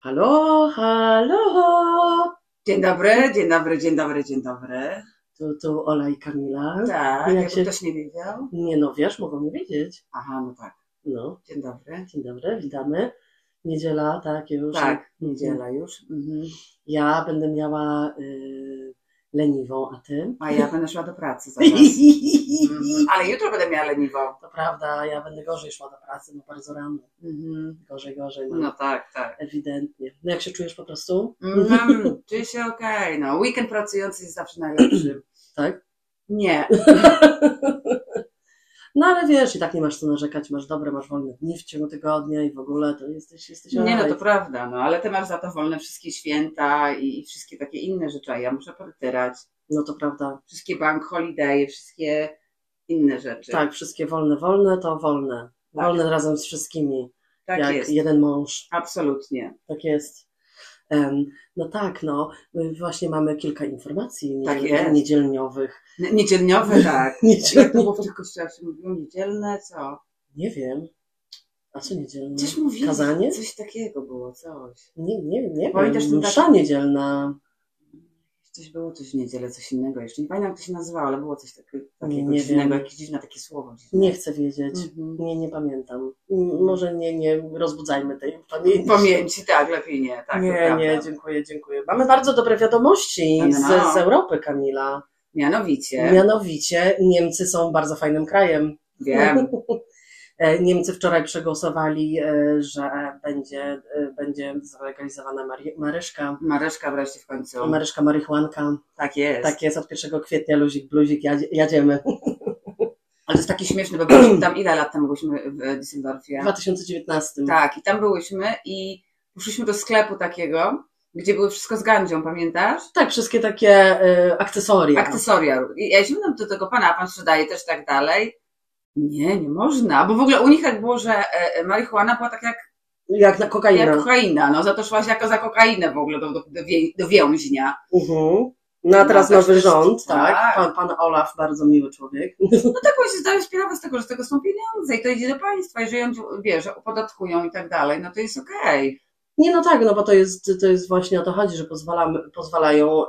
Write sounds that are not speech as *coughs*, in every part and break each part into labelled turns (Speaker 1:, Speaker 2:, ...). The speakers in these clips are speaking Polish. Speaker 1: Halo, halo!
Speaker 2: Dzień dobry, dzień dobry, dzień dobry, dzień dobry.
Speaker 1: Tu, tu Ola i Kamila.
Speaker 2: Tak,
Speaker 1: Jak
Speaker 2: jakby
Speaker 1: się-
Speaker 2: ktoś nie wiedział.
Speaker 1: Nie no, wiesz, mogą nie wiedzieć.
Speaker 2: Aha, no tak,
Speaker 1: No,
Speaker 2: dzień dobry.
Speaker 1: dzień dobry, witamy. Niedziela, tak już.
Speaker 2: Tak,
Speaker 1: Mhm.
Speaker 2: niedziela już. Mhm.
Speaker 1: Ja będę miała y, leniwą, a
Speaker 2: *laughs*
Speaker 1: ty?
Speaker 2: A ja będę szła do pracy zaraz. Mhm. Ale jutro będę miała leniwą.
Speaker 1: To prawda, ja będę gorzej szła do pracy, no bardzo rano.
Speaker 2: Mhm.
Speaker 1: Gorzej, gorzej, no,
Speaker 2: No tak, tak.
Speaker 1: ewidentnie. No jak się czujesz po prostu?
Speaker 2: Mm, Czuję się okej, no. Weekend pracujący jest zawsze najlepszy.
Speaker 1: Tak?
Speaker 2: Nie,
Speaker 1: No ale wiesz, i tak nie masz co narzekać, masz dobre, masz wolne dni w ciągu tygodnia i w ogóle to jesteś, jesteś
Speaker 2: nie no,
Speaker 1: alright.
Speaker 2: to prawda, no. Ale ty masz za to wolne wszystkie święta i, i wszystkie takie inne rzeczy, a ja muszę portyrać.
Speaker 1: No to prawda.
Speaker 2: Wszystkie bank holiday, wszystkie inne rzeczy.
Speaker 1: Tak, wszystkie wolne, wolne to wolne.
Speaker 2: Tak.
Speaker 1: Wolne razem z wszystkimi,
Speaker 2: tak
Speaker 1: jak
Speaker 2: jest.
Speaker 1: jeden mąż.
Speaker 2: Absolutnie.
Speaker 1: Tak jest. Em, no tak, no, my właśnie mamy kilka informacji
Speaker 2: Tak
Speaker 1: niedziel-
Speaker 2: jest.
Speaker 1: niedzielniowych.
Speaker 2: N- Niedzielniowe, *laughs* tak. Jak to
Speaker 1: Niedzielniowych.
Speaker 2: było w tych kościołach się mówiło niedzielne, co?
Speaker 1: Nie wiem. A co niedzielne?
Speaker 2: Coś mówili,
Speaker 1: Kazanie?
Speaker 2: coś takiego było, coś.
Speaker 1: Nie, nie, nie
Speaker 2: Pamiętasz
Speaker 1: wiem.
Speaker 2: ten
Speaker 1: Msza
Speaker 2: taki-
Speaker 1: niedzielna.
Speaker 2: Coś było coś w niedzielę, coś innego jeszcze. Nie pamiętam jak to się nazywało, ale było coś takiego, takiego
Speaker 1: Nie
Speaker 2: coś
Speaker 1: wiem.
Speaker 2: innego, jakieś dziwne takie słowo. dziwne.
Speaker 1: Nie chcę wiedzieć.
Speaker 2: Mhm.
Speaker 1: Nie, nie pamiętam. M- Może nie, nie rozbudzajmy tej pamięci.
Speaker 2: Pamięci, tak, lepiej nie, tak. to
Speaker 1: nie,
Speaker 2: prawda.
Speaker 1: nie, dziękuję, dziękuję. Mamy bardzo dobre wiadomości
Speaker 2: No, no, no.
Speaker 1: z, z Europy, Kamila.
Speaker 2: Mianowicie,
Speaker 1: Mianowicie Niemcy są bardzo fajnym krajem.
Speaker 2: wiem,
Speaker 1: E, Niemcy wczoraj przegłosowali, e, że będzie, e, będzie zlegalizowana mari- maryszka.
Speaker 2: Mareszka wreszcie w końcu.
Speaker 1: Maryszka, marihuanka.
Speaker 2: Tak No. jest.
Speaker 1: Tak jest, od 1 kwietnia luzik, bluzik, jadzie- jedziemy.
Speaker 2: Ale to jest taki śmieszny, bo byliśmy tam ile lat temu byliśmy w e, Düsseldorfie?
Speaker 1: W 2019.
Speaker 2: Tak, i tam byłyśmy i poszliśmy do sklepu takiego, gdzie było wszystko z gandzią, pamiętasz?
Speaker 1: Tak, wszystkie takie e, akcesoria.
Speaker 2: akcesoria. I ja się pytam do tego pana, a pan sprzedaje też tak dalej? Nie, nie można, bo w ogóle u nich tak było, że e, e, marihuana była tak jak,
Speaker 1: jak na
Speaker 2: jak
Speaker 1: kokaina.
Speaker 2: kokaina, no za to szłaś jako za kokainę w ogóle do, do, do, wię, do więźnia.
Speaker 1: Mhm. No a teraz
Speaker 2: No, tak,
Speaker 1: nowy rząd,
Speaker 2: tak.
Speaker 1: tak. Pan, pan Olaf, bardzo miły człowiek.
Speaker 2: No tak właśnie zdałem sprawę z tego, że z tego są pieniądze i to idzie do państwa, jeżeli ją, wiesz, opodatkują i tak dalej, no to jest okej.
Speaker 1: Nie, no tak, no bo to jest, to jest właśnie o to chodzi, że pozwalamy, pozwalają e,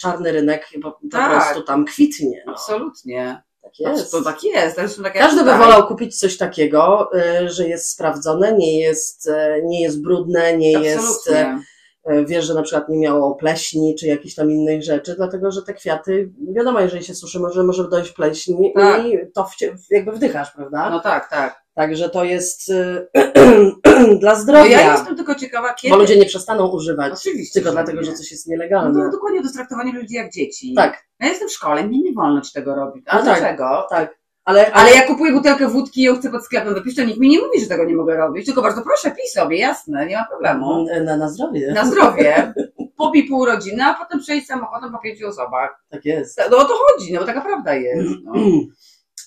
Speaker 1: czarny rynek po, po
Speaker 2: Tak.
Speaker 1: prostu tam kwitnie. No.
Speaker 2: Absolutnie.
Speaker 1: Tak
Speaker 2: Jest.
Speaker 1: jest.
Speaker 2: To tak jest. Zresztą tak jak
Speaker 1: Każdy by
Speaker 2: tutaj.
Speaker 1: wolał kupić coś takiego, e, że jest sprawdzone, nie jest, e, nie jest brudne, nie jest, e,
Speaker 2: Absolutnie.
Speaker 1: e, wiesz, że na przykład nie miało pleśni czy jakichś tam innych rzeczy, dlatego że te kwiaty, wiadomo, jeżeli się suszy, może, może dojść pleśń
Speaker 2: Tak.
Speaker 1: i to wcie, jakby wdychasz, prawda?
Speaker 2: No tak, tak.
Speaker 1: Także to jest e, *clears throat* dla
Speaker 2: No
Speaker 1: zdrowia,
Speaker 2: ja jestem tylko ciekawa, kiedy.
Speaker 1: bo ludzie nie przestaną używać.
Speaker 2: Oczywiście.
Speaker 1: Tylko
Speaker 2: że
Speaker 1: dlatego,
Speaker 2: nie.
Speaker 1: że coś jest
Speaker 2: No
Speaker 1: nielegalne.
Speaker 2: to dokładnie to jest traktowanie ludzi jak dzieci.
Speaker 1: Tak,
Speaker 2: No ja jestem w szkole, mnie nie wolno ci tego robić. A
Speaker 1: No tak.
Speaker 2: dlaczego?
Speaker 1: tak. Ale, ale
Speaker 2: Ale ja kupuję butelkę wódki i ją chcę pod sklepem wypić, to nikt mi nie mówi, że tego nie mogę robić. Tylko bardzo proszę, pij sobie, jasne, nie ma problemu.
Speaker 1: Mm, e, na, na zdrowie.
Speaker 2: Na zdrowie. Popij pół rodziny, a potem przejdź samochodem po pięciu osobach.
Speaker 1: Tak jest.
Speaker 2: No o to chodzi, no bo taka prawda jest. No.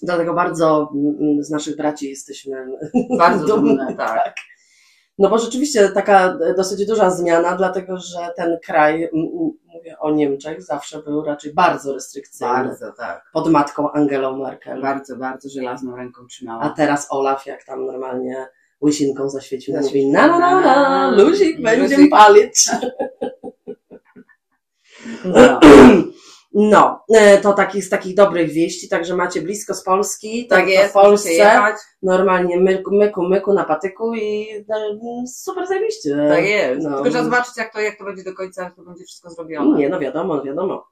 Speaker 1: Dlatego bardzo mm, z naszych braci jesteśmy. *laughs*
Speaker 2: Bardzo
Speaker 1: Dumne,
Speaker 2: dumne, tak.
Speaker 1: No bo rzeczywiście taka e, dosyć duża zmiana, dlatego że ten kraj, m, m, mówię o Niemczech, zawsze był raczej bardzo restrykcyjny.
Speaker 2: Bardzo, No. tak.
Speaker 1: Pod matką Angelą Merkel.
Speaker 2: Bardzo, bardzo żelazną ręką trzymała.
Speaker 1: A teraz Olaf, jak tam normalnie łysinką zaświecił,
Speaker 2: Zaświecił.
Speaker 1: mówi na na na na, luzik,
Speaker 2: Luzik.
Speaker 1: będziemy palić.
Speaker 2: No.
Speaker 1: No, e, to taki, z takich dobrych wieści, także macie blisko z Polski,
Speaker 2: Tak
Speaker 1: to
Speaker 2: jest,
Speaker 1: w
Speaker 2: Polsce.
Speaker 1: Polsce,
Speaker 2: Jechać,
Speaker 1: normalnie myku, myku, myku na patyku i e, super zajebiście.
Speaker 2: tak jest.
Speaker 1: No.
Speaker 2: Tylko trzeba zobaczyć, jak to, jak to będzie do końca, jak to będzie wszystko zrobione.
Speaker 1: Nie, no wiadomo, wiadomo.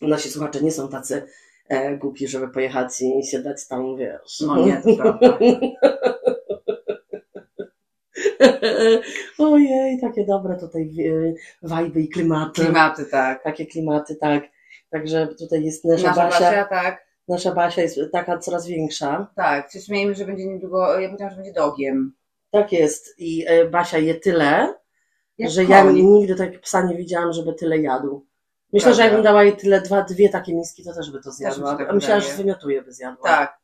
Speaker 1: Nasi słuchacze nie są tacy e, głupi, żeby pojechać i się dać tam, wiesz.
Speaker 2: No nie, to prawda.
Speaker 1: *laughs* Ojej, takie dobre tutaj e, wajby i klimaty.
Speaker 2: Klimaty, tak.
Speaker 1: Takie klimaty, tak. Także tutaj jest nasza,
Speaker 2: Nasza
Speaker 1: Basia,
Speaker 2: Basia, tak.
Speaker 1: nasza Basia jest taka coraz większa.
Speaker 2: Tak, się śmiejemy, że będzie niedługo, ja powiedziałam, że będzie dogiem.
Speaker 1: Tak jest. I e, Basia je tyle,
Speaker 2: Jak
Speaker 1: że
Speaker 2: koń.
Speaker 1: ja nigdy tak psa nie widziałam, żeby tyle jadł. Myślę,
Speaker 2: Prawda.
Speaker 1: że jakbym dała jej tyle, dwa, dwie takie miski, to też by to
Speaker 2: Tak, mi
Speaker 1: zjadła.
Speaker 2: się tak
Speaker 1: A myślałam, że
Speaker 2: wydaje.
Speaker 1: wymiotuje by zjadła.
Speaker 2: Tak,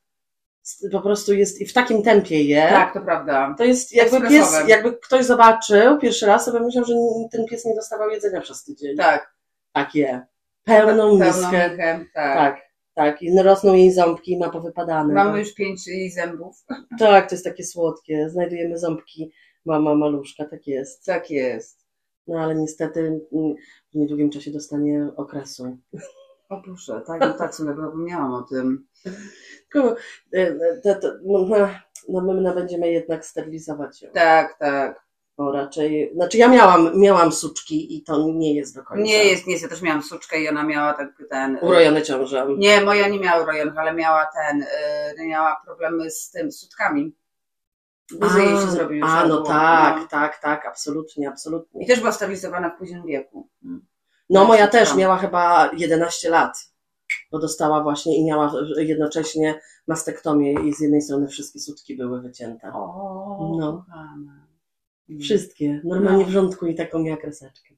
Speaker 1: S- Po prostu jest i w takim tempie je.
Speaker 2: tak, to prawda.
Speaker 1: To jest jakby pies,
Speaker 2: Ekspresowym.
Speaker 1: jakby ktoś zobaczył pierwszy raz, to by myślał, że n- ten pies nie dostawał jedzenia przez tydzień.
Speaker 2: Tak,
Speaker 1: Tak je. Pełną
Speaker 2: pełną
Speaker 1: miskę.
Speaker 2: michę, tak.
Speaker 1: Tak, tak. I rosną jej ząbki, ma powypadane.
Speaker 2: Mamy już pięć jej zębów.
Speaker 1: Tak, to jest takie słodkie. Znajdujemy ząbki mama maluszka, tak jest.
Speaker 2: Tak jest.
Speaker 1: No ale niestety mm, w niedługim czasie dostanie okresu.
Speaker 2: O proszę, tak, no tak, sobie zapomniałam o tym.
Speaker 1: Tylko e, te- te- no, no my my będziemy jednak sterylizować ją.
Speaker 2: Tak, tak.
Speaker 1: Bo raczej, znaczy ja miałam, miałam suczki i to nie jest do końca.
Speaker 2: Nie jest, nie jest, ja też miałam suczkę i ona miała tak ten...
Speaker 1: Urojone ciążą.
Speaker 2: Nie, moja nie miała urojonych, ale miała ten, y, miała problemy z tym, z sutkami. Bez jej się zrobił.
Speaker 1: A, no tak, tak, tak, absolutnie,
Speaker 2: I
Speaker 1: absolutnie.
Speaker 2: też była sterylizowana w późnym wieku.
Speaker 1: No
Speaker 2: tak,
Speaker 1: moja
Speaker 2: tak,
Speaker 1: też
Speaker 2: tak.
Speaker 1: miała chyba 11 lat, bo dostała właśnie i miała jednocześnie mastektomię i z jednej strony wszystkie sutki były wycięte.
Speaker 2: O,
Speaker 1: No.
Speaker 2: kochana. Mm.
Speaker 1: Wszystkie, normalnie
Speaker 2: No.
Speaker 1: w rządku i taką miała kreseczkę.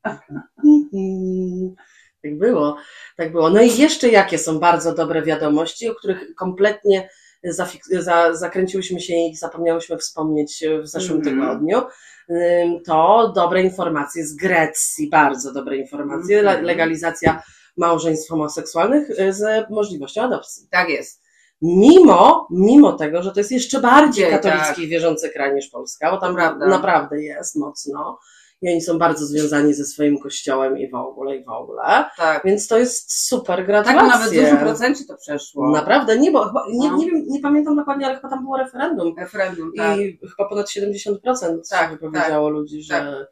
Speaker 1: Mhm. Tak było, tak było. No i jeszcze jakie są bardzo dobre wiadomości, o których kompletnie zafik- za, zakręciłyśmy się i zapomniałyśmy wspomnieć w zeszłym
Speaker 2: Mhm.
Speaker 1: tygodniu, Ym, to dobre informacje z Grecji, bardzo dobre informacje,
Speaker 2: Mhm.
Speaker 1: Le- legalizacja małżeństw homoseksualnych y, z możliwością adopcji.
Speaker 2: Tak jest.
Speaker 1: Mimo, mimo tego, że to jest jeszcze bardziej
Speaker 2: Tak.
Speaker 1: katolicki i wierzący kraj niż Polska, bo tam
Speaker 2: Prawda.
Speaker 1: naprawdę jest mocno i oni są bardzo związani ze swoim kościołem i w ogóle, i w ogóle.
Speaker 2: Tak.
Speaker 1: Więc to jest super
Speaker 2: Tak,
Speaker 1: gratulacje.
Speaker 2: bo nawet w dużym procencie to przeszło.
Speaker 1: Naprawdę, nie, bo chyba, nie,
Speaker 2: No.
Speaker 1: nie, wiem, nie pamiętam dokładnie, ale chyba tam było referendum
Speaker 2: Referendum, tak.
Speaker 1: i chyba ponad 70%
Speaker 2: Tak,
Speaker 1: tak, powiedziało ludzi, że,
Speaker 2: tak.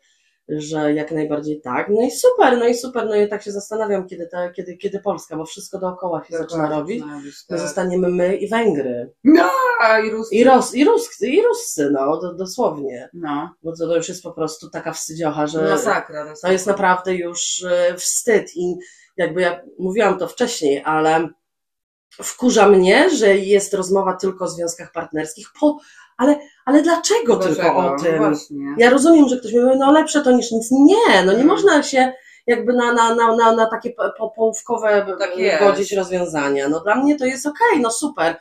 Speaker 1: że jak najbardziej tak. No i super, no i super, no i tak się zastanawiam, kiedy, ta, kiedy, kiedy Polska, bo wszystko dookoła się zaczyna robić. No,
Speaker 2: tak.
Speaker 1: My zostaniemy my i Węgry.
Speaker 2: A, i Rusy.
Speaker 1: I, Ros, i, Rus, I Ruscy, no, do, dosłownie.
Speaker 2: No,
Speaker 1: Bo to już jest po prostu taka wstydziocha, że
Speaker 2: masakra. jest-
Speaker 1: to jest naprawdę już e, wstyd. I jakby ja mówiłam to wcześniej, ale wkurza mnie, że jest rozmowa tylko o związkach partnerskich. Po, ale, ale dlaczego, tylko o
Speaker 2: Dlaczego? No
Speaker 1: tym?
Speaker 2: Właśnie.
Speaker 1: Ja rozumiem, że ktoś mówi, no lepsze to niż nic. Nie, no nie
Speaker 2: Mm.
Speaker 1: można się jakby na, na, na, na, na takie po- po- połówkowe
Speaker 2: Tak
Speaker 1: e,
Speaker 2: jest.
Speaker 1: godzić rozwiązania. No dla mnie to jest okej, no super.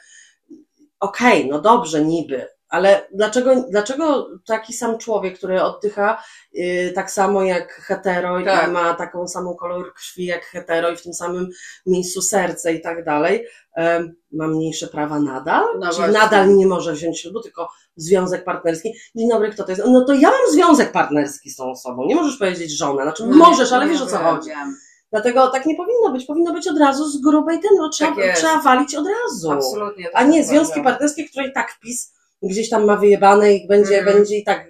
Speaker 1: Okej, no dobrze niby, ale dlaczego, dlaczego taki sam człowiek, który oddycha y, tak samo jak hetero
Speaker 2: Tak.
Speaker 1: i ma taką samą kolor krwi jak hetero i w tym samym miejscu serce i tak dalej, em, ma mniejsze prawa nadal?
Speaker 2: No
Speaker 1: Czyli
Speaker 2: właśnie.
Speaker 1: nadal nie może wziąć ślubu, tylko związek partnerski. Dzień dobry, kto to jest? No to ja mam związek partnerski z tą osobą. Nie możesz powiedzieć żonę. Znaczy,
Speaker 2: No,
Speaker 1: możesz,
Speaker 2: nie,
Speaker 1: ale
Speaker 2: nie
Speaker 1: wiesz o co
Speaker 2: wiem,
Speaker 1: chodzi.
Speaker 2: wiem.
Speaker 1: Dlatego tak nie powinno być. Powinno być od razu z grubej ten, no, trzeba,
Speaker 2: Tak jest.
Speaker 1: trzeba walić od razu.
Speaker 2: Absolutnie. ja
Speaker 1: A
Speaker 2: też
Speaker 1: nie
Speaker 2: tak
Speaker 1: związki
Speaker 2: uważam.
Speaker 1: partnerskie, które i tak PiS gdzieś tam ma wyjebane i będzie,
Speaker 2: Mhm.
Speaker 1: będzie i tak,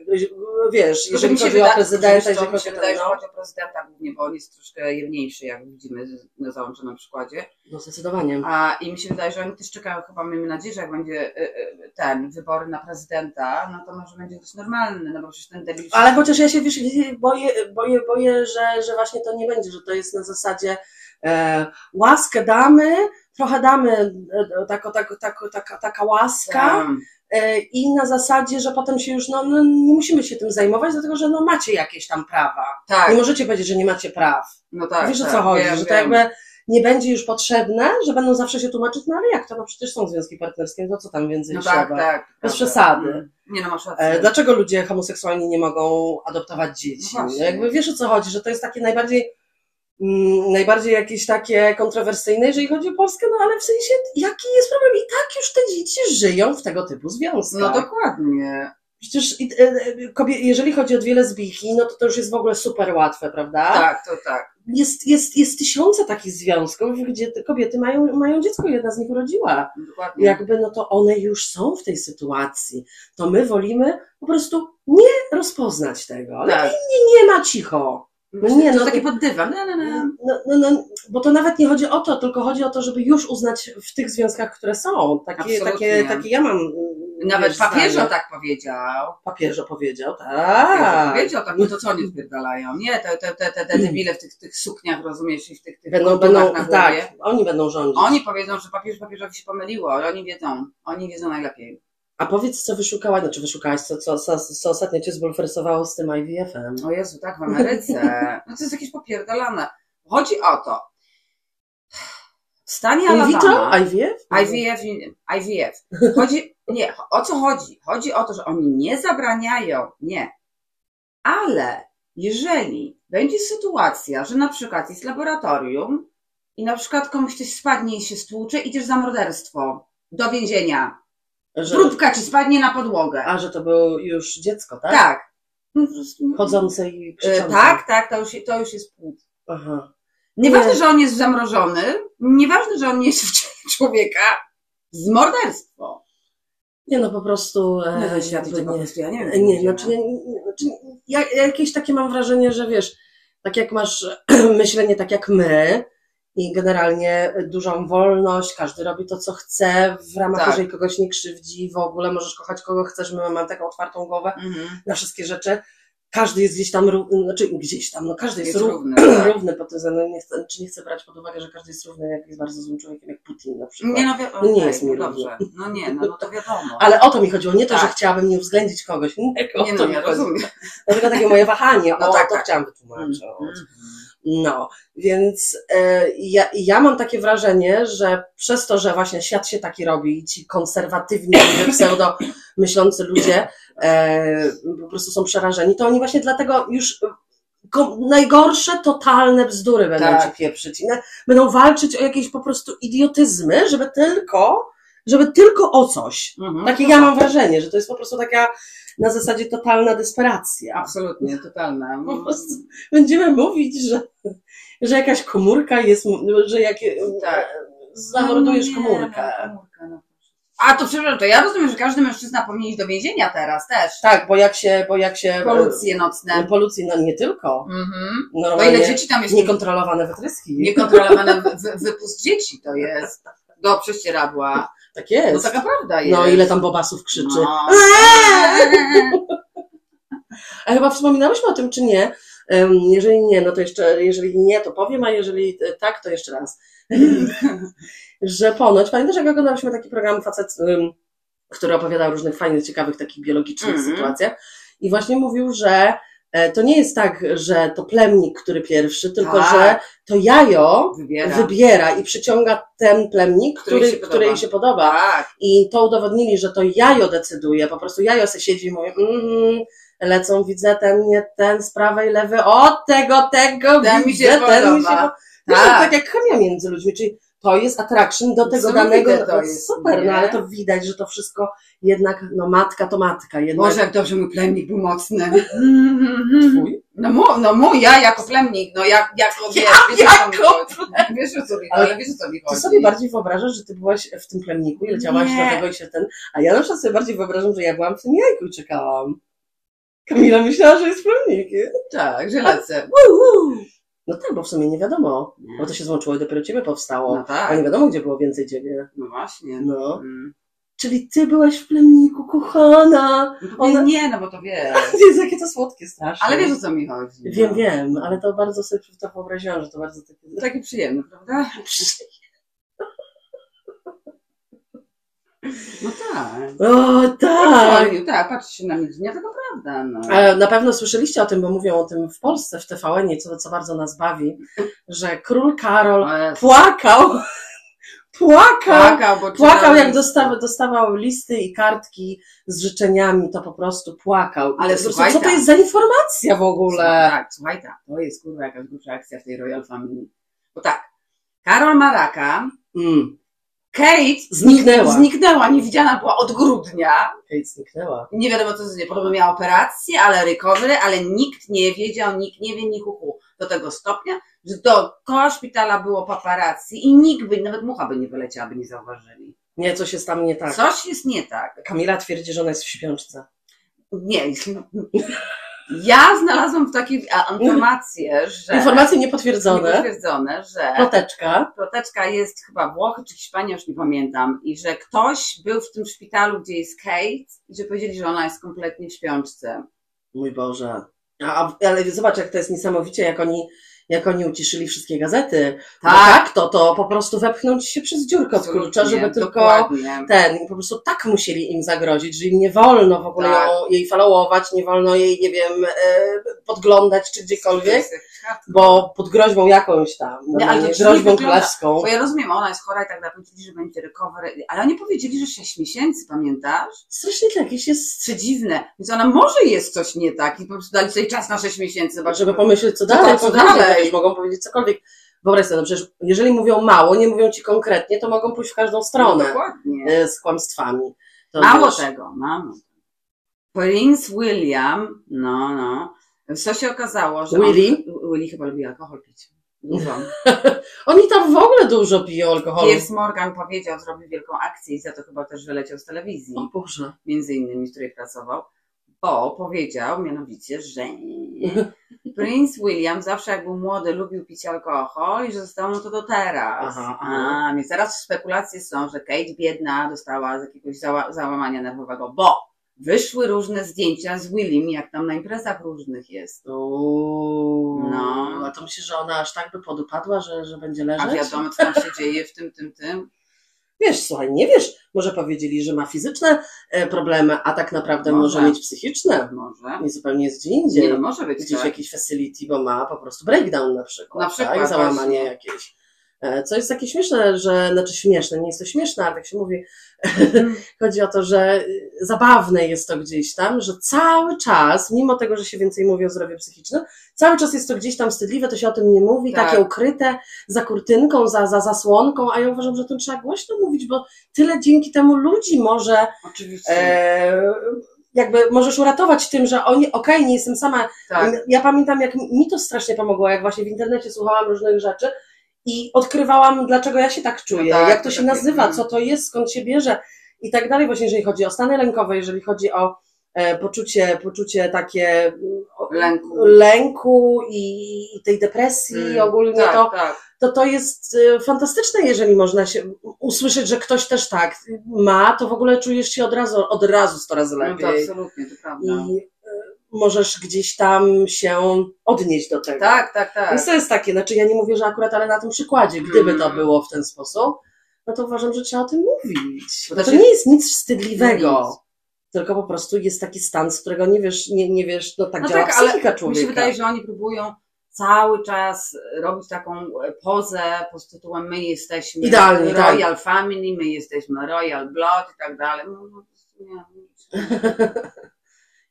Speaker 1: wiesz,
Speaker 2: Tylko, że
Speaker 1: jeżeli
Speaker 2: mi się
Speaker 1: chodzi
Speaker 2: wyda-
Speaker 1: o prezydenta,
Speaker 2: że
Speaker 1: jeżeli
Speaker 2: mi się
Speaker 1: chodzi o
Speaker 2: wydaje,
Speaker 1: ten,
Speaker 2: że
Speaker 1: no,
Speaker 2: chodzi o prezydenta głównie, bo on jest troszkę jemniejszy, jak widzimy z- na załączonym przykładzie.
Speaker 1: no zdecydowanie.
Speaker 2: A, I mi się wydaje, że oni też czekają, chyba miejmy nadzieję, że jak będzie y, y, ten, wybory na prezydenta, no to może będzie dość normalny, no bo przecież ten debil...
Speaker 1: Ale chociaż ja się wiesz, boję, boję, boję że, że właśnie to nie będzie, że to jest na zasadzie e, łaskę damy, trochę damy e, tako, tako, tako, taka, taka łaska
Speaker 2: Tam.
Speaker 1: e, i na zasadzie, że potem się już no, no, nie musimy się tym zajmować, dlatego że no, macie jakieś tam prawa.
Speaker 2: Tak,
Speaker 1: Nie możecie powiedzieć, że nie macie praw.
Speaker 2: no tak.
Speaker 1: wiesz
Speaker 2: tak,
Speaker 1: o co chodzi,
Speaker 2: wiem,
Speaker 1: że to
Speaker 2: wiem.
Speaker 1: jakby nie będzie już potrzebne, że będą zawsze się tłumaczyć, no ale jak to, no przecież są związki partnerskie, to co tam więcej
Speaker 2: No
Speaker 1: trzeba.
Speaker 2: tak, tak.
Speaker 1: Bez
Speaker 2: prawda.
Speaker 1: przesady.
Speaker 2: Mm. Nie no, masz rację.
Speaker 1: E, Dlaczego ludzie homoseksualni nie mogą adoptować dzieci?
Speaker 2: No właśnie.
Speaker 1: Jakby wiesz o co chodzi, że to jest takie najbardziej, mm, najbardziej jakieś takie kontrowersyjne, jeżeli chodzi o Polskę, no ale w sensie jaki jest problem? I tak już te dzieci żyją w tego typu związkach.
Speaker 2: No dokładnie.
Speaker 1: Przecież i- e, e, kobie- jeżeli chodzi o dwie lesbijki, no to to już jest w ogóle super łatwe, prawda?
Speaker 2: Tak, to tak.
Speaker 1: Jest, jest, jest tysiące takich związków, gdzie te kobiety mają, mają dziecko, jedna z nich urodziła
Speaker 2: Dokładnie.
Speaker 1: jakby no to one już są w tej sytuacji, to my wolimy po prostu nie rozpoznać tego. Ale
Speaker 2: tak.
Speaker 1: nie, nie ma cicho.
Speaker 2: No
Speaker 1: nie,
Speaker 2: nie, to
Speaker 1: no-
Speaker 2: takie pod dywan. Na, na, na.
Speaker 1: No, no, no, bo to nawet nie chodzi o to, tylko chodzi o to, żeby już uznać w tych związkach, które są. Takie,
Speaker 2: Absolutnie.
Speaker 1: takie, takie ja mam. mm,
Speaker 2: Nawet
Speaker 1: wiesz, zdanie.
Speaker 2: papieża tak powiedział.
Speaker 1: Papieżo powiedział, tak. Hmm.
Speaker 2: Tak. Powiedział tak, no to co oni zbierdalają? Nie, te, te, te, te, te debile w tych, tych sukniach, rozumiesz, i w tych, tych
Speaker 1: Będą,
Speaker 2: kurdurach
Speaker 1: będą,
Speaker 2: na głowie.
Speaker 1: tak, oni będą rządzić.
Speaker 2: Oni powiedzą, że papież papieżowi się pomyliło, ale oni wiedzą, oni wiedzą najlepiej.
Speaker 1: A powiedz, co wyszukałaś, znaczy wyszukałaś, co, co, co, co ostatnio cię zbulwersowało z tym IVF-em.
Speaker 2: O Jezu, tak,
Speaker 1: *laughs*
Speaker 2: w Ameryce. No to jest jakieś popierdalane. Chodzi o to. W stanie
Speaker 1: In vitro?
Speaker 2: Alabama,
Speaker 1: IVF?
Speaker 2: IVF, IVF. Chodzi, nie, o co chodzi? Chodzi o to, że oni nie zabraniają, nie. Ale jeżeli będzie sytuacja, że na przykład jest laboratorium i na przykład komuś coś spadnie i się stłucze, idziesz za morderstwo do więzienia.
Speaker 1: Że,
Speaker 2: Próbka ci spadnie na podłogę.
Speaker 1: a, że to było już dziecko, tak?
Speaker 2: Tak. No, po prostu-
Speaker 1: Chodzącej
Speaker 2: E,
Speaker 1: krzyczącej.
Speaker 2: Tak, tak, to już, to już jest płód.
Speaker 1: Aha.
Speaker 2: Nieważne,
Speaker 1: Nie.
Speaker 2: że on jest zamrożony, nieważne, że on nie jest w ciele *laughs* człowieka, z morderstwo.
Speaker 1: Nie no, po prostu... e,
Speaker 2: No, ja to
Speaker 1: jakby
Speaker 2: po
Speaker 1: nie.
Speaker 2: prostu, ja nie wiem. co
Speaker 1: Nie,
Speaker 2: będzie,
Speaker 1: znaczy,
Speaker 2: no.
Speaker 1: nie, nie, znaczy ja, ja jakieś takie mam wrażenie, że wiesz, tak jak masz *clears throat* myślenie tak jak my i generalnie dużą wolność, każdy robi to, co chce, w ramach,
Speaker 2: Tak.
Speaker 1: jeżeli kogoś nie krzywdzi, w ogóle możesz kochać kogo chcesz, my mamy taką otwartą głowę
Speaker 2: Mhm.
Speaker 1: na wszystkie rzeczy. Każdy jest gdzieś tam, ró- znaczy gdzieś tam, no każdy jest,
Speaker 2: Jest
Speaker 1: ró-
Speaker 2: równy, tak.
Speaker 1: równy pod tym względem, nie chcę, czy nie chcę brać pod uwagę, że każdy jest równy, jak jest bardzo złym człowiekiem, jak Putin na przykład.
Speaker 2: Nie, no wi-
Speaker 1: nie
Speaker 2: okej,
Speaker 1: jest mi
Speaker 2: no dobrze. No nie, no, no to wiadomo.
Speaker 1: Ale o to mi chodziło, nie to, że
Speaker 2: Tak.
Speaker 1: chciałabym nie uwzględnić kogoś innego.
Speaker 2: nie,
Speaker 1: o to
Speaker 2: no
Speaker 1: mi
Speaker 2: ja
Speaker 1: chodzi.
Speaker 2: rozumiem.
Speaker 1: To tylko takie moje wahanie,
Speaker 2: No
Speaker 1: o
Speaker 2: tak,
Speaker 1: to
Speaker 2: tak.
Speaker 1: chciałam wytłumaczyć.
Speaker 2: Mhm.
Speaker 1: No, więc e, ja, ja mam takie wrażenie, że przez to, że właśnie świat się taki robi i ci konserwatywni, *coughs* ludzie, pseudo myślący ludzie e, po prostu są przerażeni, to oni właśnie dlatego już e, ko- najgorsze, totalne bzdury będą
Speaker 2: Tak.
Speaker 1: ci pieprzyć. I na, będą walczyć o jakieś po prostu idiotyzmy, żeby tylko, żeby tylko o coś.
Speaker 2: Mhm.
Speaker 1: Takie ja mam wrażenie, że to jest po prostu taka na zasadzie totalna desperacja.
Speaker 2: Absolutnie, Mhm. totalne.
Speaker 1: Tak. Po prostu będziemy mówić, że, że jakaś komórka jest, że jak
Speaker 2: Tak.
Speaker 1: zamordujesz
Speaker 2: No nie,
Speaker 1: komórkę.
Speaker 2: no, komórkę, no. A to przepraszam, to ja rozumiem, że każdy mężczyzna powinien iść do więzienia teraz też.
Speaker 1: Tak, bo jak się, bo jak się
Speaker 2: Polucje
Speaker 1: e, no
Speaker 2: nocne.
Speaker 1: polucji, no nie tylko,
Speaker 2: Mhm. To ile
Speaker 1: normalnie
Speaker 2: dzieci tam jest?
Speaker 1: niekontrolowane wytryski.
Speaker 2: Niekontrolowany wy- wypust dzieci to jest. Do prześcieradła.
Speaker 1: tak
Speaker 2: No
Speaker 1: jest.
Speaker 2: taka prawda jest.
Speaker 1: No ile tam bobasów krzyczy.
Speaker 2: No.
Speaker 1: *laughs* A chyba wspominałyśmy o tym, czy nie. Em, Jeżeli nie, no to jeszcze, jeżeli nie, to powiem, a jeżeli e, tak, to jeszcze
Speaker 2: *laughs*
Speaker 1: raz. że ponoć, pamiętasz, jak oglądałyśmy taki program facet, em, który opowiadał o różnych fajnych, ciekawych, takich biologicznych
Speaker 2: Mhm.
Speaker 1: sytuacjach i właśnie mówił, że e, to nie jest tak, że to plemnik, który pierwszy, tylko
Speaker 2: Tak.
Speaker 1: że to jajo
Speaker 2: Wybiera.
Speaker 1: wybiera i przyciąga ten plemnik,
Speaker 2: Który
Speaker 1: który,
Speaker 2: jej
Speaker 1: który,
Speaker 2: się
Speaker 1: jej
Speaker 2: podoba.
Speaker 1: się podoba.
Speaker 2: Tak.
Speaker 1: I to udowodnili, że to jajo decyduje. Po prostu jajo se siedzi i mówi, mm, lecą, widzę ten, nie ten, z prawej, lewy, o tego, tego,
Speaker 2: Ten mi się
Speaker 1: widzę, ten
Speaker 2: podoba.
Speaker 1: mi się podoba. No,
Speaker 2: Tak.
Speaker 1: tak jak chemia między ludźmi, czyli to jest attraction do tego
Speaker 2: Absolutnie
Speaker 1: danego.
Speaker 2: to
Speaker 1: no,
Speaker 2: jest,
Speaker 1: super,
Speaker 2: nie?
Speaker 1: no ale to widać, że to wszystko jednak, no matka to matka, jednak
Speaker 2: Boże, jak dobrze mój plemnik był mocny. *laughs*
Speaker 1: twój.
Speaker 2: No, mo, no moja jako plemnik, no jak, jako wiesz, wiesz, o co mi
Speaker 1: jako
Speaker 2: chodzi. wiesz o co mi
Speaker 1: Ale
Speaker 2: chodzi, wiesz o co mi
Speaker 1: Ty
Speaker 2: chodzi.
Speaker 1: sobie bardziej wyobrażasz, że ty byłaś w tym plemniku i leciałaś
Speaker 2: Nie.
Speaker 1: do tego i się ten. A ja na przykład sobie bardziej wyobrażam, że ja byłam w tym jajku i czekałam. Kamila myślała, że jest plemnikiem.
Speaker 2: Tak, żelacę.
Speaker 1: No tak, bo w sumie nie wiadomo, bo to się złączyło i dopiero ciebie powstało.
Speaker 2: No
Speaker 1: A
Speaker 2: tak,
Speaker 1: nie wiadomo, gdzie było więcej ciebie.
Speaker 2: no właśnie.
Speaker 1: No.
Speaker 2: Mm.
Speaker 1: Czyli ty byłaś w plemniku, kochana. *laughs*
Speaker 2: No to
Speaker 1: Ona-
Speaker 2: nie, nie, no bo to wiesz.
Speaker 1: Jezu, jakie to słodkie strasznie.
Speaker 2: Ale wiesz o co mi chodzi. no.
Speaker 1: Wiem, wiem, ale to bardzo sobie to wyobraziłam, że to bardzo takie...
Speaker 2: *laughs* Takie przyjemne, prawda? No tak.
Speaker 1: O, tak!
Speaker 2: Oj, tak, patrzy się na mnie dziwnie, to prawda. No.
Speaker 1: E, Na pewno słyszeliście o tym, bo mówią o tym w Polsce, w TVN-ie, co, co bardzo nas bawi, że król Karol
Speaker 2: O Jezu,
Speaker 1: płakał, *laughs* płakał
Speaker 2: Płakał, bo
Speaker 1: Płakał,
Speaker 2: czytał
Speaker 1: jak
Speaker 2: list.
Speaker 1: dostawał, dostawał listy i kartki z życzeniami, to po prostu płakał.
Speaker 2: Ale
Speaker 1: I po prostu,
Speaker 2: słuchaj,
Speaker 1: co to
Speaker 2: tak.
Speaker 1: jest za informacja w ogóle?
Speaker 2: Tak, słuchaj, tak, to jest kurwa jakaś duża akcja w tej Royal Family. Bo tak, Karol Maraka,
Speaker 1: Mm.
Speaker 2: Kate
Speaker 1: Zniknęła.
Speaker 2: zniknęła, niewidziana była od grudnia.
Speaker 1: Kate zniknęła.
Speaker 2: Nie wiadomo co z niej, podobno miała operację, ale recovery, ale nikt nie wiedział, nikt nie wie, ni kuku. Do tego stopnia, że dookoła szpitala było paparazzi i nikt by, nawet mucha by nie wyleciała, by nie zauważyli.
Speaker 1: Nie, coś jest tam nie tak.
Speaker 2: Coś jest nie tak.
Speaker 1: Kamila twierdzi, że ona jest w śpiączce.
Speaker 2: Nie. Ja znalazłam w takiej a, informację, że...
Speaker 1: Informacje niepotwierdzone.
Speaker 2: Potwierdzone, że...
Speaker 1: No. Ploteczka.
Speaker 2: Ploteczka jest chyba Włochy czy Hiszpania, już nie pamiętam. I że ktoś był w tym szpitalu, gdzie jest Kate, i że powiedzieli, że ona jest kompletnie w śpiączce.
Speaker 1: Mój Boże. A, a- ale zobacz, jak to jest niesamowicie, jak oni, jak oni uciszyli wszystkie gazety. Bo
Speaker 2: Tak.
Speaker 1: tak to, to po prostu wepchnąć się przez dziurkę od klucza, żeby
Speaker 2: Absolutnie,
Speaker 1: tylko...
Speaker 2: Dokładnie.
Speaker 1: ten, i po prostu tak musieli im zagrozić, że im nie wolno w ogóle
Speaker 2: Tak.
Speaker 1: ją, jej followować, nie wolno jej, nie wiem, e, podglądać czy gdziekolwiek,
Speaker 2: To jest jak-
Speaker 1: bo pod groźbą jakąś tam,
Speaker 2: Nie, ale to
Speaker 1: nie,
Speaker 2: dziwnie
Speaker 1: groźbą
Speaker 2: wygląda.
Speaker 1: królewską.
Speaker 2: Bo ja rozumiem, ona jest chora i tak dalej, powiedzieli, że będzie recovery, ale oni powiedzieli, że 6 miesięcy, pamiętasz?
Speaker 1: Strasznie to jakieś jest,
Speaker 2: Przedziwne. Więc ona może jest coś nie tak i po prostu dali sobie czas na 6 miesięcy,
Speaker 1: żeby
Speaker 2: zobaczymy.
Speaker 1: pomyśleć, co
Speaker 2: No
Speaker 1: dalej,
Speaker 2: tak, co
Speaker 1: co dalej,
Speaker 2: dalej?
Speaker 1: przecież mogą powiedzieć cokolwiek. Wyobraź sobie, no przecież jeżeli mówią mało, nie mówią ci konkretnie, to mogą pójść w każdą stronę
Speaker 2: Dokładnie.
Speaker 1: e, z kłamstwami. To
Speaker 2: No Mało
Speaker 1: wiesz,
Speaker 2: tego, mało. Prince William, no, no, co się okazało, że. on-
Speaker 1: Willy?
Speaker 2: Willy chyba lubi alkohol pić. Dużo.
Speaker 1: Oni tam w ogóle dużo piją alkoholu.
Speaker 2: Piers Morgan powiedział, zrobił wielką akcję i za to chyba też wyleciał z telewizji,
Speaker 1: O Boże.
Speaker 2: między innymi, w której pracował, bo powiedział mianowicie,
Speaker 1: *laughs*
Speaker 2: że Prince William zawsze jak był młody lubił pić alkohol i że zostało mu to do teraz.
Speaker 1: Aha, aha.
Speaker 2: A, więc teraz spekulacje są, że Kate biedna dostała z jakiegoś zała- załamania nerwowego, bo wyszły różne zdjęcia z Willim, jak tam na imprezach różnych jest.
Speaker 1: Uuu.
Speaker 2: No.
Speaker 1: A to myślisz, że ona aż tak by podupadła, że, że będzie
Speaker 2: A
Speaker 1: leżeć?
Speaker 2: wiadomo, co tam się dzieje w tym, tym, tym.
Speaker 1: Wiesz, słuchaj, nie wiesz, może powiedzieli, że ma fizyczne e, problemy, a tak naprawdę może,
Speaker 2: Może.
Speaker 1: mieć psychiczne.
Speaker 2: Może.
Speaker 1: Nie zupełnie jest gdzie indziej.
Speaker 2: Nie, no może być
Speaker 1: gdzieś
Speaker 2: tak.
Speaker 1: jakiś facility, bo ma po prostu breakdown na przykład,
Speaker 2: Na przykład,
Speaker 1: tak? załamanie
Speaker 2: właśnie.
Speaker 1: jakieś. E, Co jest takie śmieszne, że, znaczy śmieszne, nie jest to śmieszne, ale tak się mówi, chodzi o to, że y, zabawne jest to gdzieś tam, że cały czas, mimo tego, że się więcej mówi o zdrowiu psychicznym, cały czas jest to gdzieś tam wstydliwe, to się o tym nie mówi,
Speaker 2: Tak.
Speaker 1: takie ukryte za kurtynką, za, za zasłonką, a ja uważam, że o tym trzeba głośno mówić, bo tyle dzięki temu ludzi może
Speaker 2: *laughs* Oczywiście.
Speaker 1: e, jakby możesz uratować tym, że oni, okej, nie jestem sama,
Speaker 2: tak.
Speaker 1: ja pamiętam, jak mi to strasznie pomogło, jak właśnie w internecie słuchałam różnych rzeczy i odkrywałam, dlaczego ja się tak czuję,
Speaker 2: No tak,
Speaker 1: jak to
Speaker 2: to
Speaker 1: się
Speaker 2: takie,
Speaker 1: nazywa,
Speaker 2: mm.
Speaker 1: co to jest, skąd się bierze i tak dalej, właśnie jeżeli chodzi o stany lękowe, jeżeli chodzi o e, poczucie, poczucie takie mm, o-
Speaker 2: Lęku.
Speaker 1: lęku i, i tej depresji
Speaker 2: Mm,
Speaker 1: ogólnie,
Speaker 2: tak,
Speaker 1: to,
Speaker 2: tak.
Speaker 1: to to jest e, fantastyczne, jeżeli można się usłyszeć, że ktoś też tak ma, to w ogóle czujesz się od razu, od razu sto razy
Speaker 2: No
Speaker 1: lepiej
Speaker 2: to absolutnie, to prawda.
Speaker 1: i e, możesz gdzieś tam się odnieść do tego.
Speaker 2: Tak, tak, tak.
Speaker 1: Więc to jest takie, znaczy ja nie mówię, że akurat, ale na tym przykładzie, gdyby to
Speaker 2: Mhm.
Speaker 1: było w ten sposób, no to uważam, że trzeba o tym mówić. Bo
Speaker 2: To
Speaker 1: to
Speaker 2: się-
Speaker 1: nie jest nic wstydliwego,
Speaker 2: Znaczy, no Nic.
Speaker 1: tylko po prostu jest taki stan, z którego nie wiesz, nie, nie wiesz, no tak
Speaker 2: No
Speaker 1: działa
Speaker 2: tak, ale
Speaker 1: psychika
Speaker 2: Mi
Speaker 1: człowieka.
Speaker 2: się wydaje, że oni próbują cały czas robić taką e, pozę pod tytułem my jesteśmy
Speaker 1: Idealni, tak.
Speaker 2: Royal Family, my jesteśmy Royal Blood i tak dalej. No, no, nie,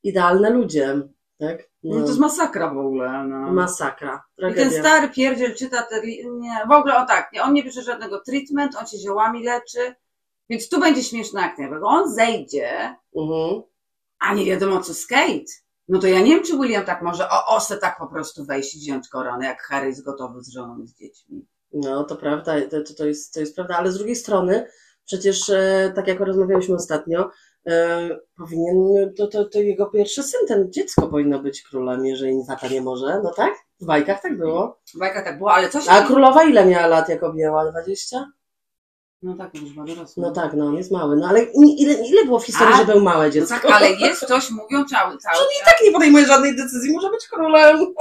Speaker 1: Idealne ludzie, tak?
Speaker 2: no, to jest masakra w ogóle. No.
Speaker 1: Masakra,
Speaker 2: I tak- ten
Speaker 1: tragedia.
Speaker 2: stary pierdziel czyta te, li- nie, w ogóle o tak, nie, on nie bierze żadnego treatment, on się ziołami leczy, więc tu będzie śmieszna akcja, bo on zejdzie,
Speaker 1: Mhm.
Speaker 2: a nie wiadomo co skate. No to ja nie wiem, czy William tak może o osę tak po prostu wejść i wziąć koronę, jak Harry jest gotowy z żoną i z dziećmi.
Speaker 1: No, to prawda, to, to, to, jest, to jest prawda, ale z drugiej strony, przecież e, tak jak rozmawialiśmy ostatnio, e, powinien, to, to, to jego pierwszy syn, ten dziecko powinno być królem, jeżeli tata nie może, no tak? W bajkach tak było.
Speaker 2: Bajka tak była, ale coś...
Speaker 1: A królowa ile miała lat, jak objęła? 20?
Speaker 2: No tak, już była dorosła.
Speaker 1: No tak, no, on jest mały, no ale i- ile, ile było w historii,
Speaker 2: A,
Speaker 1: że był małe
Speaker 2: No
Speaker 1: dziecko?
Speaker 2: tak,
Speaker 1: *laughs*
Speaker 2: ale jest coś, mówią cały, cały czas.
Speaker 1: Tak nie podejmuje żadnej decyzji, może być
Speaker 2: *laughs*
Speaker 1: królem.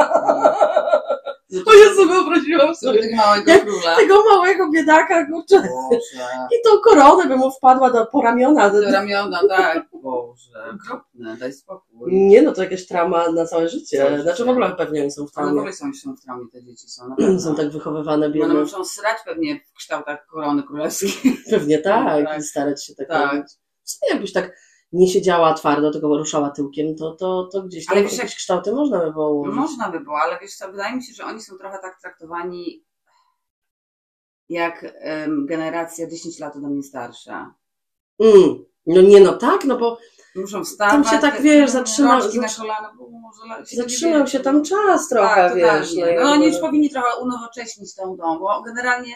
Speaker 2: No
Speaker 1: To ja sobie wyobraziłam sobie
Speaker 2: Tych małego
Speaker 1: Nie,
Speaker 2: króla.
Speaker 1: tego małego biedaka, kurczę.
Speaker 2: Boże.
Speaker 1: I tą koronę by mu wpadła do, po ramiona.
Speaker 2: Do ramiona, tak. Boże. Okropne, daj spokój.
Speaker 1: Nie, no to jakaś trauma na całe życie.
Speaker 2: Całe życie.
Speaker 1: Znaczy w ogóle pewnie oni są w
Speaker 2: One w
Speaker 1: traumie.
Speaker 2: ogóle są, są w traumie, te dzieci
Speaker 1: *clears throat*
Speaker 2: są, na pewno.
Speaker 1: Są tak wychowywane
Speaker 2: One
Speaker 1: biedne.
Speaker 2: muszą srać pewnie w kształtach korony królewskiej.
Speaker 1: Pewnie tak,
Speaker 2: Tak.
Speaker 1: i starać się tak
Speaker 2: Tak.
Speaker 1: robić. W sumie jakbyś tak nie siedziała twardo, tylko ruszała tyłkiem, to, to, to gdzieś tam
Speaker 2: Ale wiesz, No
Speaker 1: jakieś kształty można by było ułożyć.
Speaker 2: Można by było, ale wiesz co, wydaje mi się, że oni są trochę tak traktowani jak em, generacja 10 lat ode mnie starsza.
Speaker 1: Mm. No nie, no tak, no bo
Speaker 2: Muszą wstawać.
Speaker 1: Tam się tak,
Speaker 2: te-
Speaker 1: wiesz,
Speaker 2: te
Speaker 1: zatrzyma-
Speaker 2: rączki na
Speaker 1: zatrzy-
Speaker 2: kolana, bo może się
Speaker 1: zatrzymał
Speaker 2: nie
Speaker 1: się
Speaker 2: wie.
Speaker 1: tam czas trochę,
Speaker 2: tak,
Speaker 1: wiesz.
Speaker 2: totalnie.
Speaker 1: i
Speaker 2: No, oni
Speaker 1: ogóle-
Speaker 2: już powinni trochę unowocześnić tą dom, bo generalnie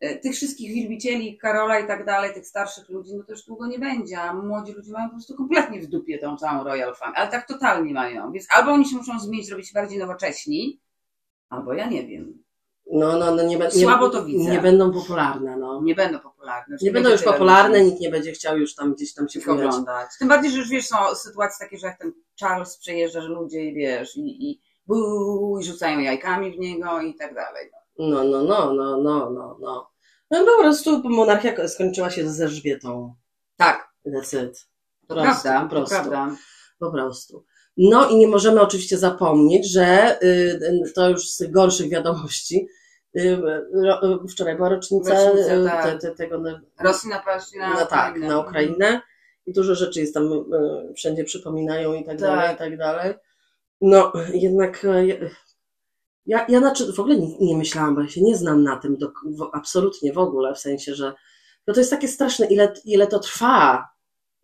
Speaker 2: e, tych wszystkich wielbicieli, Karola i tak dalej, tych starszych ludzi, no to już długo nie będzie, a młodzi ludzie mają po prostu kompletnie w dupie tą całą Royal Family, ale tak totalnie mają, więc albo oni się muszą zmienić, robić się bardziej nowocześni, albo ja nie wiem,
Speaker 1: no, no, no nie, be- nie,
Speaker 2: Słabo to widzę.
Speaker 1: nie będą popularne, no.
Speaker 2: nie będą popularne.
Speaker 1: Nie będą już
Speaker 2: będzie tyle
Speaker 1: popularne,
Speaker 2: ludzi,
Speaker 1: nikt nie będzie chciał już tam gdzieś tam się
Speaker 2: ich
Speaker 1: pojawiać.
Speaker 2: oglądać. Tym bardziej, że już wiesz, są sytuacje takie, że jak ten Charles przejeżdża, że ludzie, wiesz, i, i buu, i rzucają jajkami w niego i tak dalej.
Speaker 1: No, no, no, no, no, no, no. No po prostu monarchia skończyła się ze Elżbietą.
Speaker 2: Tak,
Speaker 1: That's it. Po
Speaker 2: to
Speaker 1: prostu,
Speaker 2: prawda,
Speaker 1: po prostu.
Speaker 2: to prawda.
Speaker 1: Po prostu. No i nie możemy oczywiście zapomnieć, że y, to już z gorszych wiadomości. y, ro- y, Wczoraj była rocznica
Speaker 2: Rocznica,
Speaker 1: y,
Speaker 2: tak.
Speaker 1: te, te, tego na,
Speaker 2: Rosji napaści na
Speaker 1: na, tak,
Speaker 2: Ukrainę.
Speaker 1: na Ukrainę i dużo rzeczy jest tam, y, wszędzie przypominają i tak,
Speaker 2: Tak.
Speaker 1: dalej, i tak dalej. No jednak y, ja, ja znaczy, w ogóle nie, nie myślałam, bo ja się nie znam na tym do, w, absolutnie w ogóle, w sensie, że no to jest takie straszne, ile, ile to trwa.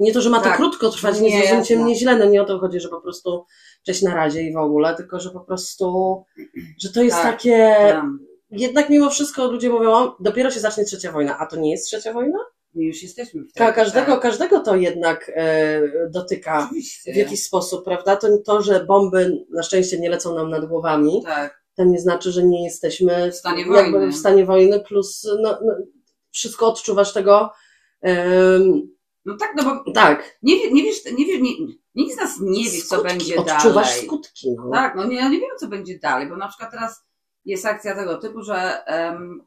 Speaker 1: Nie to, że ma to
Speaker 2: Tak.
Speaker 1: krótko trwać,
Speaker 2: Nie,
Speaker 1: nie zrozumcie
Speaker 2: jasne.
Speaker 1: mnie źle, no nie o to chodzi, że po prostu cześć na razie i w ogóle, tylko że po prostu, że to jest
Speaker 2: Tak.
Speaker 1: takie,
Speaker 2: Tam.
Speaker 1: jednak mimo wszystko ludzie mówią, o, dopiero się zacznie trzecia wojna, a to nie jest trzecia wojna?
Speaker 2: My już jesteśmy w
Speaker 1: Ka
Speaker 2: tej-
Speaker 1: każdego,
Speaker 2: tak,
Speaker 1: każdego to jednak e, dotyka
Speaker 2: Oczywiście.
Speaker 1: w jakiś sposób, prawda? To, to, że bomby na szczęście nie lecą nam nad głowami,
Speaker 2: Tak,
Speaker 1: to nie znaczy, że nie jesteśmy
Speaker 2: W stanie
Speaker 1: jakby
Speaker 2: wojny.
Speaker 1: w stanie wojny, plus no, no, wszystko odczuwasz tego. em,
Speaker 2: no tak, no bo
Speaker 1: tak,
Speaker 2: nie, wie- nie wiesz, nie wiesz, nie, nikt z nas nie wie, co
Speaker 1: skutki,
Speaker 2: będzie
Speaker 1: odczuwasz
Speaker 2: dalej.
Speaker 1: skutki. No.
Speaker 2: Tak, no nie, ja nie wiem, co będzie dalej, bo na przykład teraz jest akcja tego typu, że em,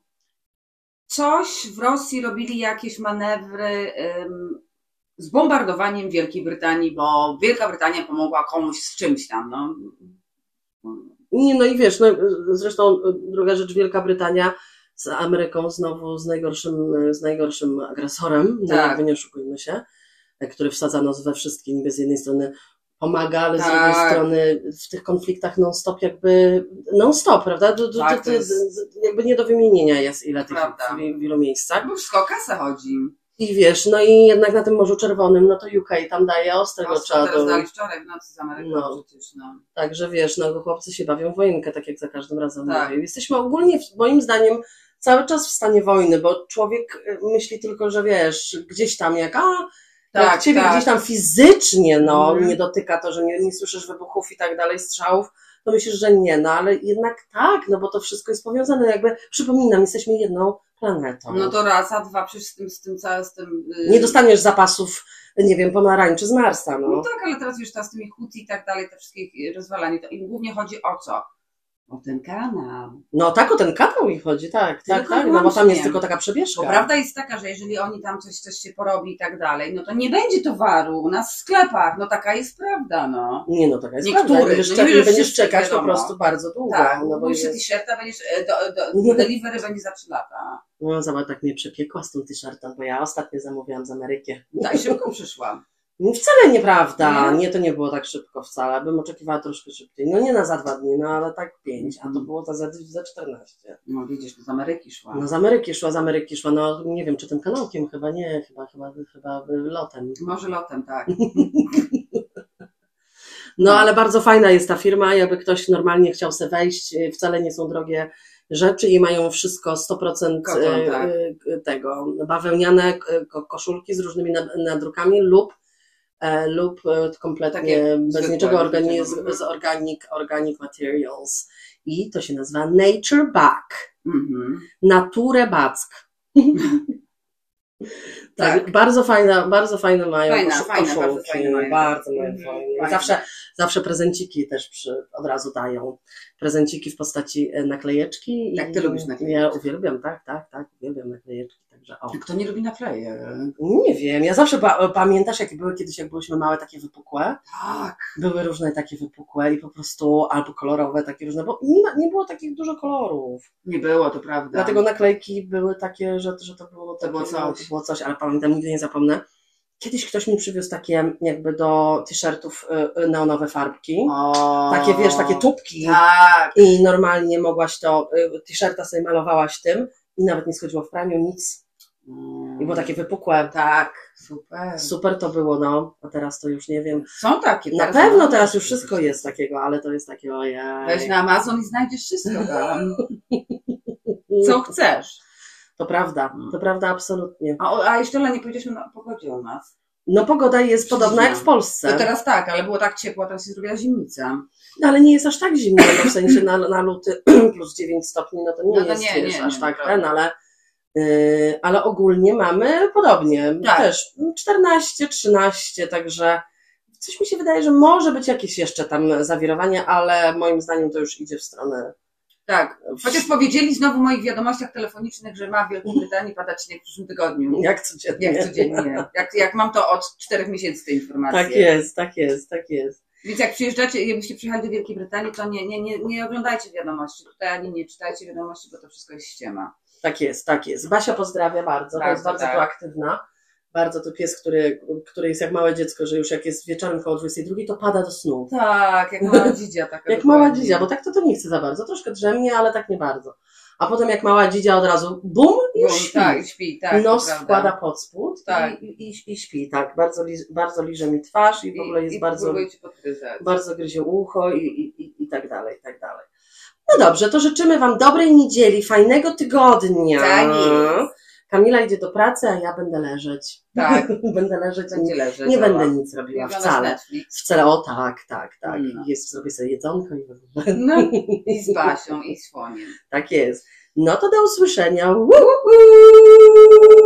Speaker 2: coś w Rosji robili jakieś manewry em, z bombardowaniem Wielkiej Brytanii, bo Wielka Brytania pomogła komuś z czymś tam, no.
Speaker 1: Nie, no i wiesz, no, zresztą e, druga rzecz, Wielka Brytania z Ameryką znowu z najgorszym, e, z najgorszym agresorem, tak.
Speaker 2: Tak.
Speaker 1: jakby nie oszukujmy się, e, który wsadza nos we wszystkie, niby z jednej strony pomaga, ale z
Speaker 2: Tak.
Speaker 1: drugiej strony w tych konfliktach non-stop jakby, non-stop, prawda? To, to,
Speaker 2: Tak,
Speaker 1: to,
Speaker 2: to jest-
Speaker 1: jakby nie do wymienienia jest ile tych
Speaker 2: Prawda.
Speaker 1: w wielu miejscach.
Speaker 2: Bo wszystko o kasę chodzi.
Speaker 1: I wiesz, no i jednak na tym Morzu Czerwonym, no to UK tam daje ostrego
Speaker 2: Rosja
Speaker 1: czadu.
Speaker 2: teraz dali wczoraj w nocy z Ameryką
Speaker 1: No.
Speaker 2: przecież, no.
Speaker 1: Także wiesz, no chłopcy się bawią w wojenkę, tak jak za każdym razem
Speaker 2: Tak.
Speaker 1: mówię. Jesteśmy ogólnie, w- moim zdaniem, cały czas w stanie wojny, bo człowiek y, myśli tylko, że wiesz, gdzieś tam jak, a tak, jak ciebie gdzieś tam fizycznie no,
Speaker 2: Mhm.
Speaker 1: nie dotyka to, że nie, nie słyszysz wybuchów i tak dalej, strzałów, to myślisz, że nie, no ale jednak tak, no bo to wszystko jest powiązane, jakby przypominam, jesteśmy jedną planetą.
Speaker 2: No to raz, a dwa, przecież z tym, z tym, całym, z tym... y,
Speaker 1: Nie dostaniesz zapasów, nie wiem, pomarańczy z Marsa, no.
Speaker 2: No tak, ale teraz wiesz, teraz z tymi Huti i tak dalej, te wszystkie rozwalanie, to im głównie chodzi o co? O ten kanał.
Speaker 1: No tak o ten kanał i chodzi, tak, tak,
Speaker 2: Tylko
Speaker 1: tak, no bo tam
Speaker 2: wyłącznie.
Speaker 1: jest tylko taka
Speaker 2: Bo
Speaker 1: przebieżka.
Speaker 2: prawda jest taka, że jeżeli oni tam coś, coś się porobi i tak dalej, no to nie będzie towaru u nas w sklepach. No taka jest prawda, no.
Speaker 1: Nie no, taka jest
Speaker 2: Niektórych,
Speaker 1: prawda. Nie będziesz,
Speaker 2: no nie
Speaker 1: czek- nie
Speaker 2: mówię, że
Speaker 1: będziesz
Speaker 2: wszyscy,
Speaker 1: czekać po
Speaker 2: wiadomo.
Speaker 1: prostu bardzo długo.
Speaker 2: tak,
Speaker 1: no,
Speaker 2: no
Speaker 1: bo
Speaker 2: mówisz
Speaker 1: jest,
Speaker 2: t-shirta, będziesz, e, do, do, delivery będzie za 3 lata.
Speaker 1: no zobacz, tak mnie przepiekła z tą t-shirtem, bo ja ostatnio zamówiłam z Ameryki.
Speaker 2: Tak, szybko przyszłam.
Speaker 1: No, Wcale nieprawda. Nie?
Speaker 2: Nie?
Speaker 1: nie, to nie było tak szybko wcale. Bym oczekiwała troszkę szybciej. No nie na za dwa dni, no ale tak pięć, a to
Speaker 2: Mhm. Tak.
Speaker 1: było za, za, za 14.
Speaker 2: No widzisz, to z Ameryki szłam.
Speaker 1: No z Ameryki szła, z Ameryki szła, no nie wiem, czy tym kanałkiem, chyba nie, chyba, chyba, chyba lotem.
Speaker 2: Może lotem,
Speaker 1: *laughs*
Speaker 2: tak.
Speaker 1: No
Speaker 2: No.
Speaker 1: ale bardzo fajna jest ta firma, jakby ktoś normalnie chciał se wejść, y, wcale nie są drogie rzeczy i mają wszystko 100%
Speaker 2: Koton,
Speaker 1: y,
Speaker 2: tak.
Speaker 1: y, tego, bawełniane y, ko- koszulki z różnymi nad- nadrukami lub e, lub e, kompletnie
Speaker 2: Takie
Speaker 1: bez
Speaker 2: zwykłe,
Speaker 1: niczego organi-
Speaker 2: niczego, mhm.
Speaker 1: z, z organic, organic materials i to się nazywa Nature Back,
Speaker 2: Mhm.
Speaker 1: naturę back. *laughs* Tak,
Speaker 2: Tak.
Speaker 1: bardzo fajne, bardzo fajne mają
Speaker 2: Fajna,
Speaker 1: kosz-
Speaker 2: fajna,
Speaker 1: koszulki,
Speaker 2: bardzo fajne mają.
Speaker 1: bardzo mają
Speaker 2: Mhm,
Speaker 1: fajne.
Speaker 2: fajne.
Speaker 1: Zawsze, zawsze prezenciki też przy, od razu dają. Prezenciki w postaci e, naklejeczki.
Speaker 2: Tak,
Speaker 1: i-
Speaker 2: ty lubisz naklejeczki.
Speaker 1: Ja uwielbiam, tak, tak, tak, uwielbiam naklejeczki, także o.
Speaker 2: Kto nie lubi naklejek?
Speaker 1: Nie wiem, ja zawsze pa- pamiętasz, jakie były kiedyś, jak byłyśmy małe, takie wypukłe?
Speaker 2: Tak.
Speaker 1: Były różne takie wypukłe i po prostu, albo kolorowe, takie różne, bo nie, ma, nie było takich dużo kolorów.
Speaker 2: Nie było, to prawda.
Speaker 1: Dlatego naklejki były takie, że, że to było takie,
Speaker 2: było
Speaker 1: no,
Speaker 2: coś.
Speaker 1: to było coś, ale pamiętam, nigdy nie zapomnę. Kiedyś ktoś mi przywiózł takie jakby do t-shirtów y, y, neonowe farbki.
Speaker 2: O.
Speaker 1: Takie, wiesz, takie tubki.
Speaker 2: Tak.
Speaker 1: I normalnie mogłaś to, y, t-shirta sobie malowałaś tym i nawet nie schodziło w praniu, nic. I było takie wypukłe.
Speaker 2: Tak, super.
Speaker 1: Super to było, no. A teraz to już nie wiem.
Speaker 2: Są takie.
Speaker 1: Na
Speaker 2: teraz
Speaker 1: pewno
Speaker 2: mam.
Speaker 1: teraz już wszystko jest takiego, ale to jest takie
Speaker 2: Weź
Speaker 1: ojej.
Speaker 2: na Amazon i znajdziesz wszystko tam.
Speaker 1: *laughs*
Speaker 2: Co chcesz.
Speaker 1: Mm, To prawda, to prawda absolutnie.
Speaker 2: A, o- a jeszcze Ola, nie powiedzieliśmy na pogodzie u nas.
Speaker 1: No pogoda jest podobna jak w
Speaker 2: To
Speaker 1: Polsce.
Speaker 2: teraz tak, ale było tak ciepło, a teraz się zrobiła zimnica.
Speaker 1: No ale nie jest aż tak zimno, no, w sensie na, na luty *clears throat* plus 9 stopni, no to nie
Speaker 2: No to
Speaker 1: jest
Speaker 2: nie, nie,
Speaker 1: wiesz,
Speaker 2: nie,
Speaker 1: aż
Speaker 2: nie,
Speaker 1: tak
Speaker 2: prawda.
Speaker 1: ten, ale, yy, ale ogólnie mamy podobnie,
Speaker 2: Tak.
Speaker 1: też 14, 13, także coś mi się wydaje, że może być jakieś jeszcze tam zawirowanie, ale moim zdaniem to już idzie w stronę.
Speaker 2: Tak.
Speaker 1: w-
Speaker 2: Chociaż powiedzieli znowu w moich wiadomościach telefonicznych, że ma w Wielkiej
Speaker 1: *laughs*
Speaker 2: Brytanii padać śnieg w przyszłym tygodniu.
Speaker 1: jak codziennie.
Speaker 2: Jak
Speaker 1: *laughs*
Speaker 2: codziennie. Jak, jak mam to od czterech miesięcy te informacje.
Speaker 1: Tak jest, tak jest, tak jest.
Speaker 2: Więc jak przyjeżdżacie, jakbyście przyjechali do Wielkiej Brytanii, to nie, nie, nie, nie oglądajcie wiadomości tutaj, ani nie czytajcie wiadomości, bo to wszystko jest ściema.
Speaker 1: Tak jest, tak jest. Basia pozdrawia bardzo,
Speaker 2: Tak,
Speaker 1: to jest
Speaker 2: to
Speaker 1: bardzo
Speaker 2: tak.
Speaker 1: proaktywna. bardzo to pies, który, który jest jak małe dziecko, że już jak jest wieczorem koło 22, to pada do snu.
Speaker 2: Tak, jak mała dzidzia. Taka
Speaker 1: *laughs* Jak mała dzidzia, bo tak to to nie chce za bardzo. Troszkę drzemnie, ale tak nie bardzo. A potem jak mała dzidzia od razu bum i już śpi.
Speaker 2: Tak, śpi, tak.
Speaker 1: Nos
Speaker 2: to prawda.
Speaker 1: wkłada pod spód
Speaker 2: Tak.
Speaker 1: i, i, i, i śpi. Tak, bardzo, li, bardzo liże mi twarz i w ogóle jest
Speaker 2: i
Speaker 1: bardzo,
Speaker 2: próbuje ci
Speaker 1: *laughs*
Speaker 2: podgryzać.
Speaker 1: bardzo gryzie ucho i, i, i, i tak dalej, i tak dalej. No dobrze, to życzymy Wam dobrej niedzieli, fajnego tygodnia.
Speaker 2: Tak jest.
Speaker 1: Kamila idzie do pracy, a ja będę leżeć.
Speaker 2: Tak,
Speaker 1: *laughs* będę leżeć, a nie,
Speaker 2: będzie leżeć.
Speaker 1: nie
Speaker 2: zobacz.
Speaker 1: będę nic robiła
Speaker 2: Oglądasz
Speaker 1: wcale.
Speaker 2: Netflix.
Speaker 1: Wcale, o tak, tak, tak.
Speaker 2: Mm.
Speaker 1: I Jest, zrobię sobie jedzonko i
Speaker 2: No i z Basią, i z Foniem.
Speaker 1: Tak jest. No to do usłyszenia. Woo!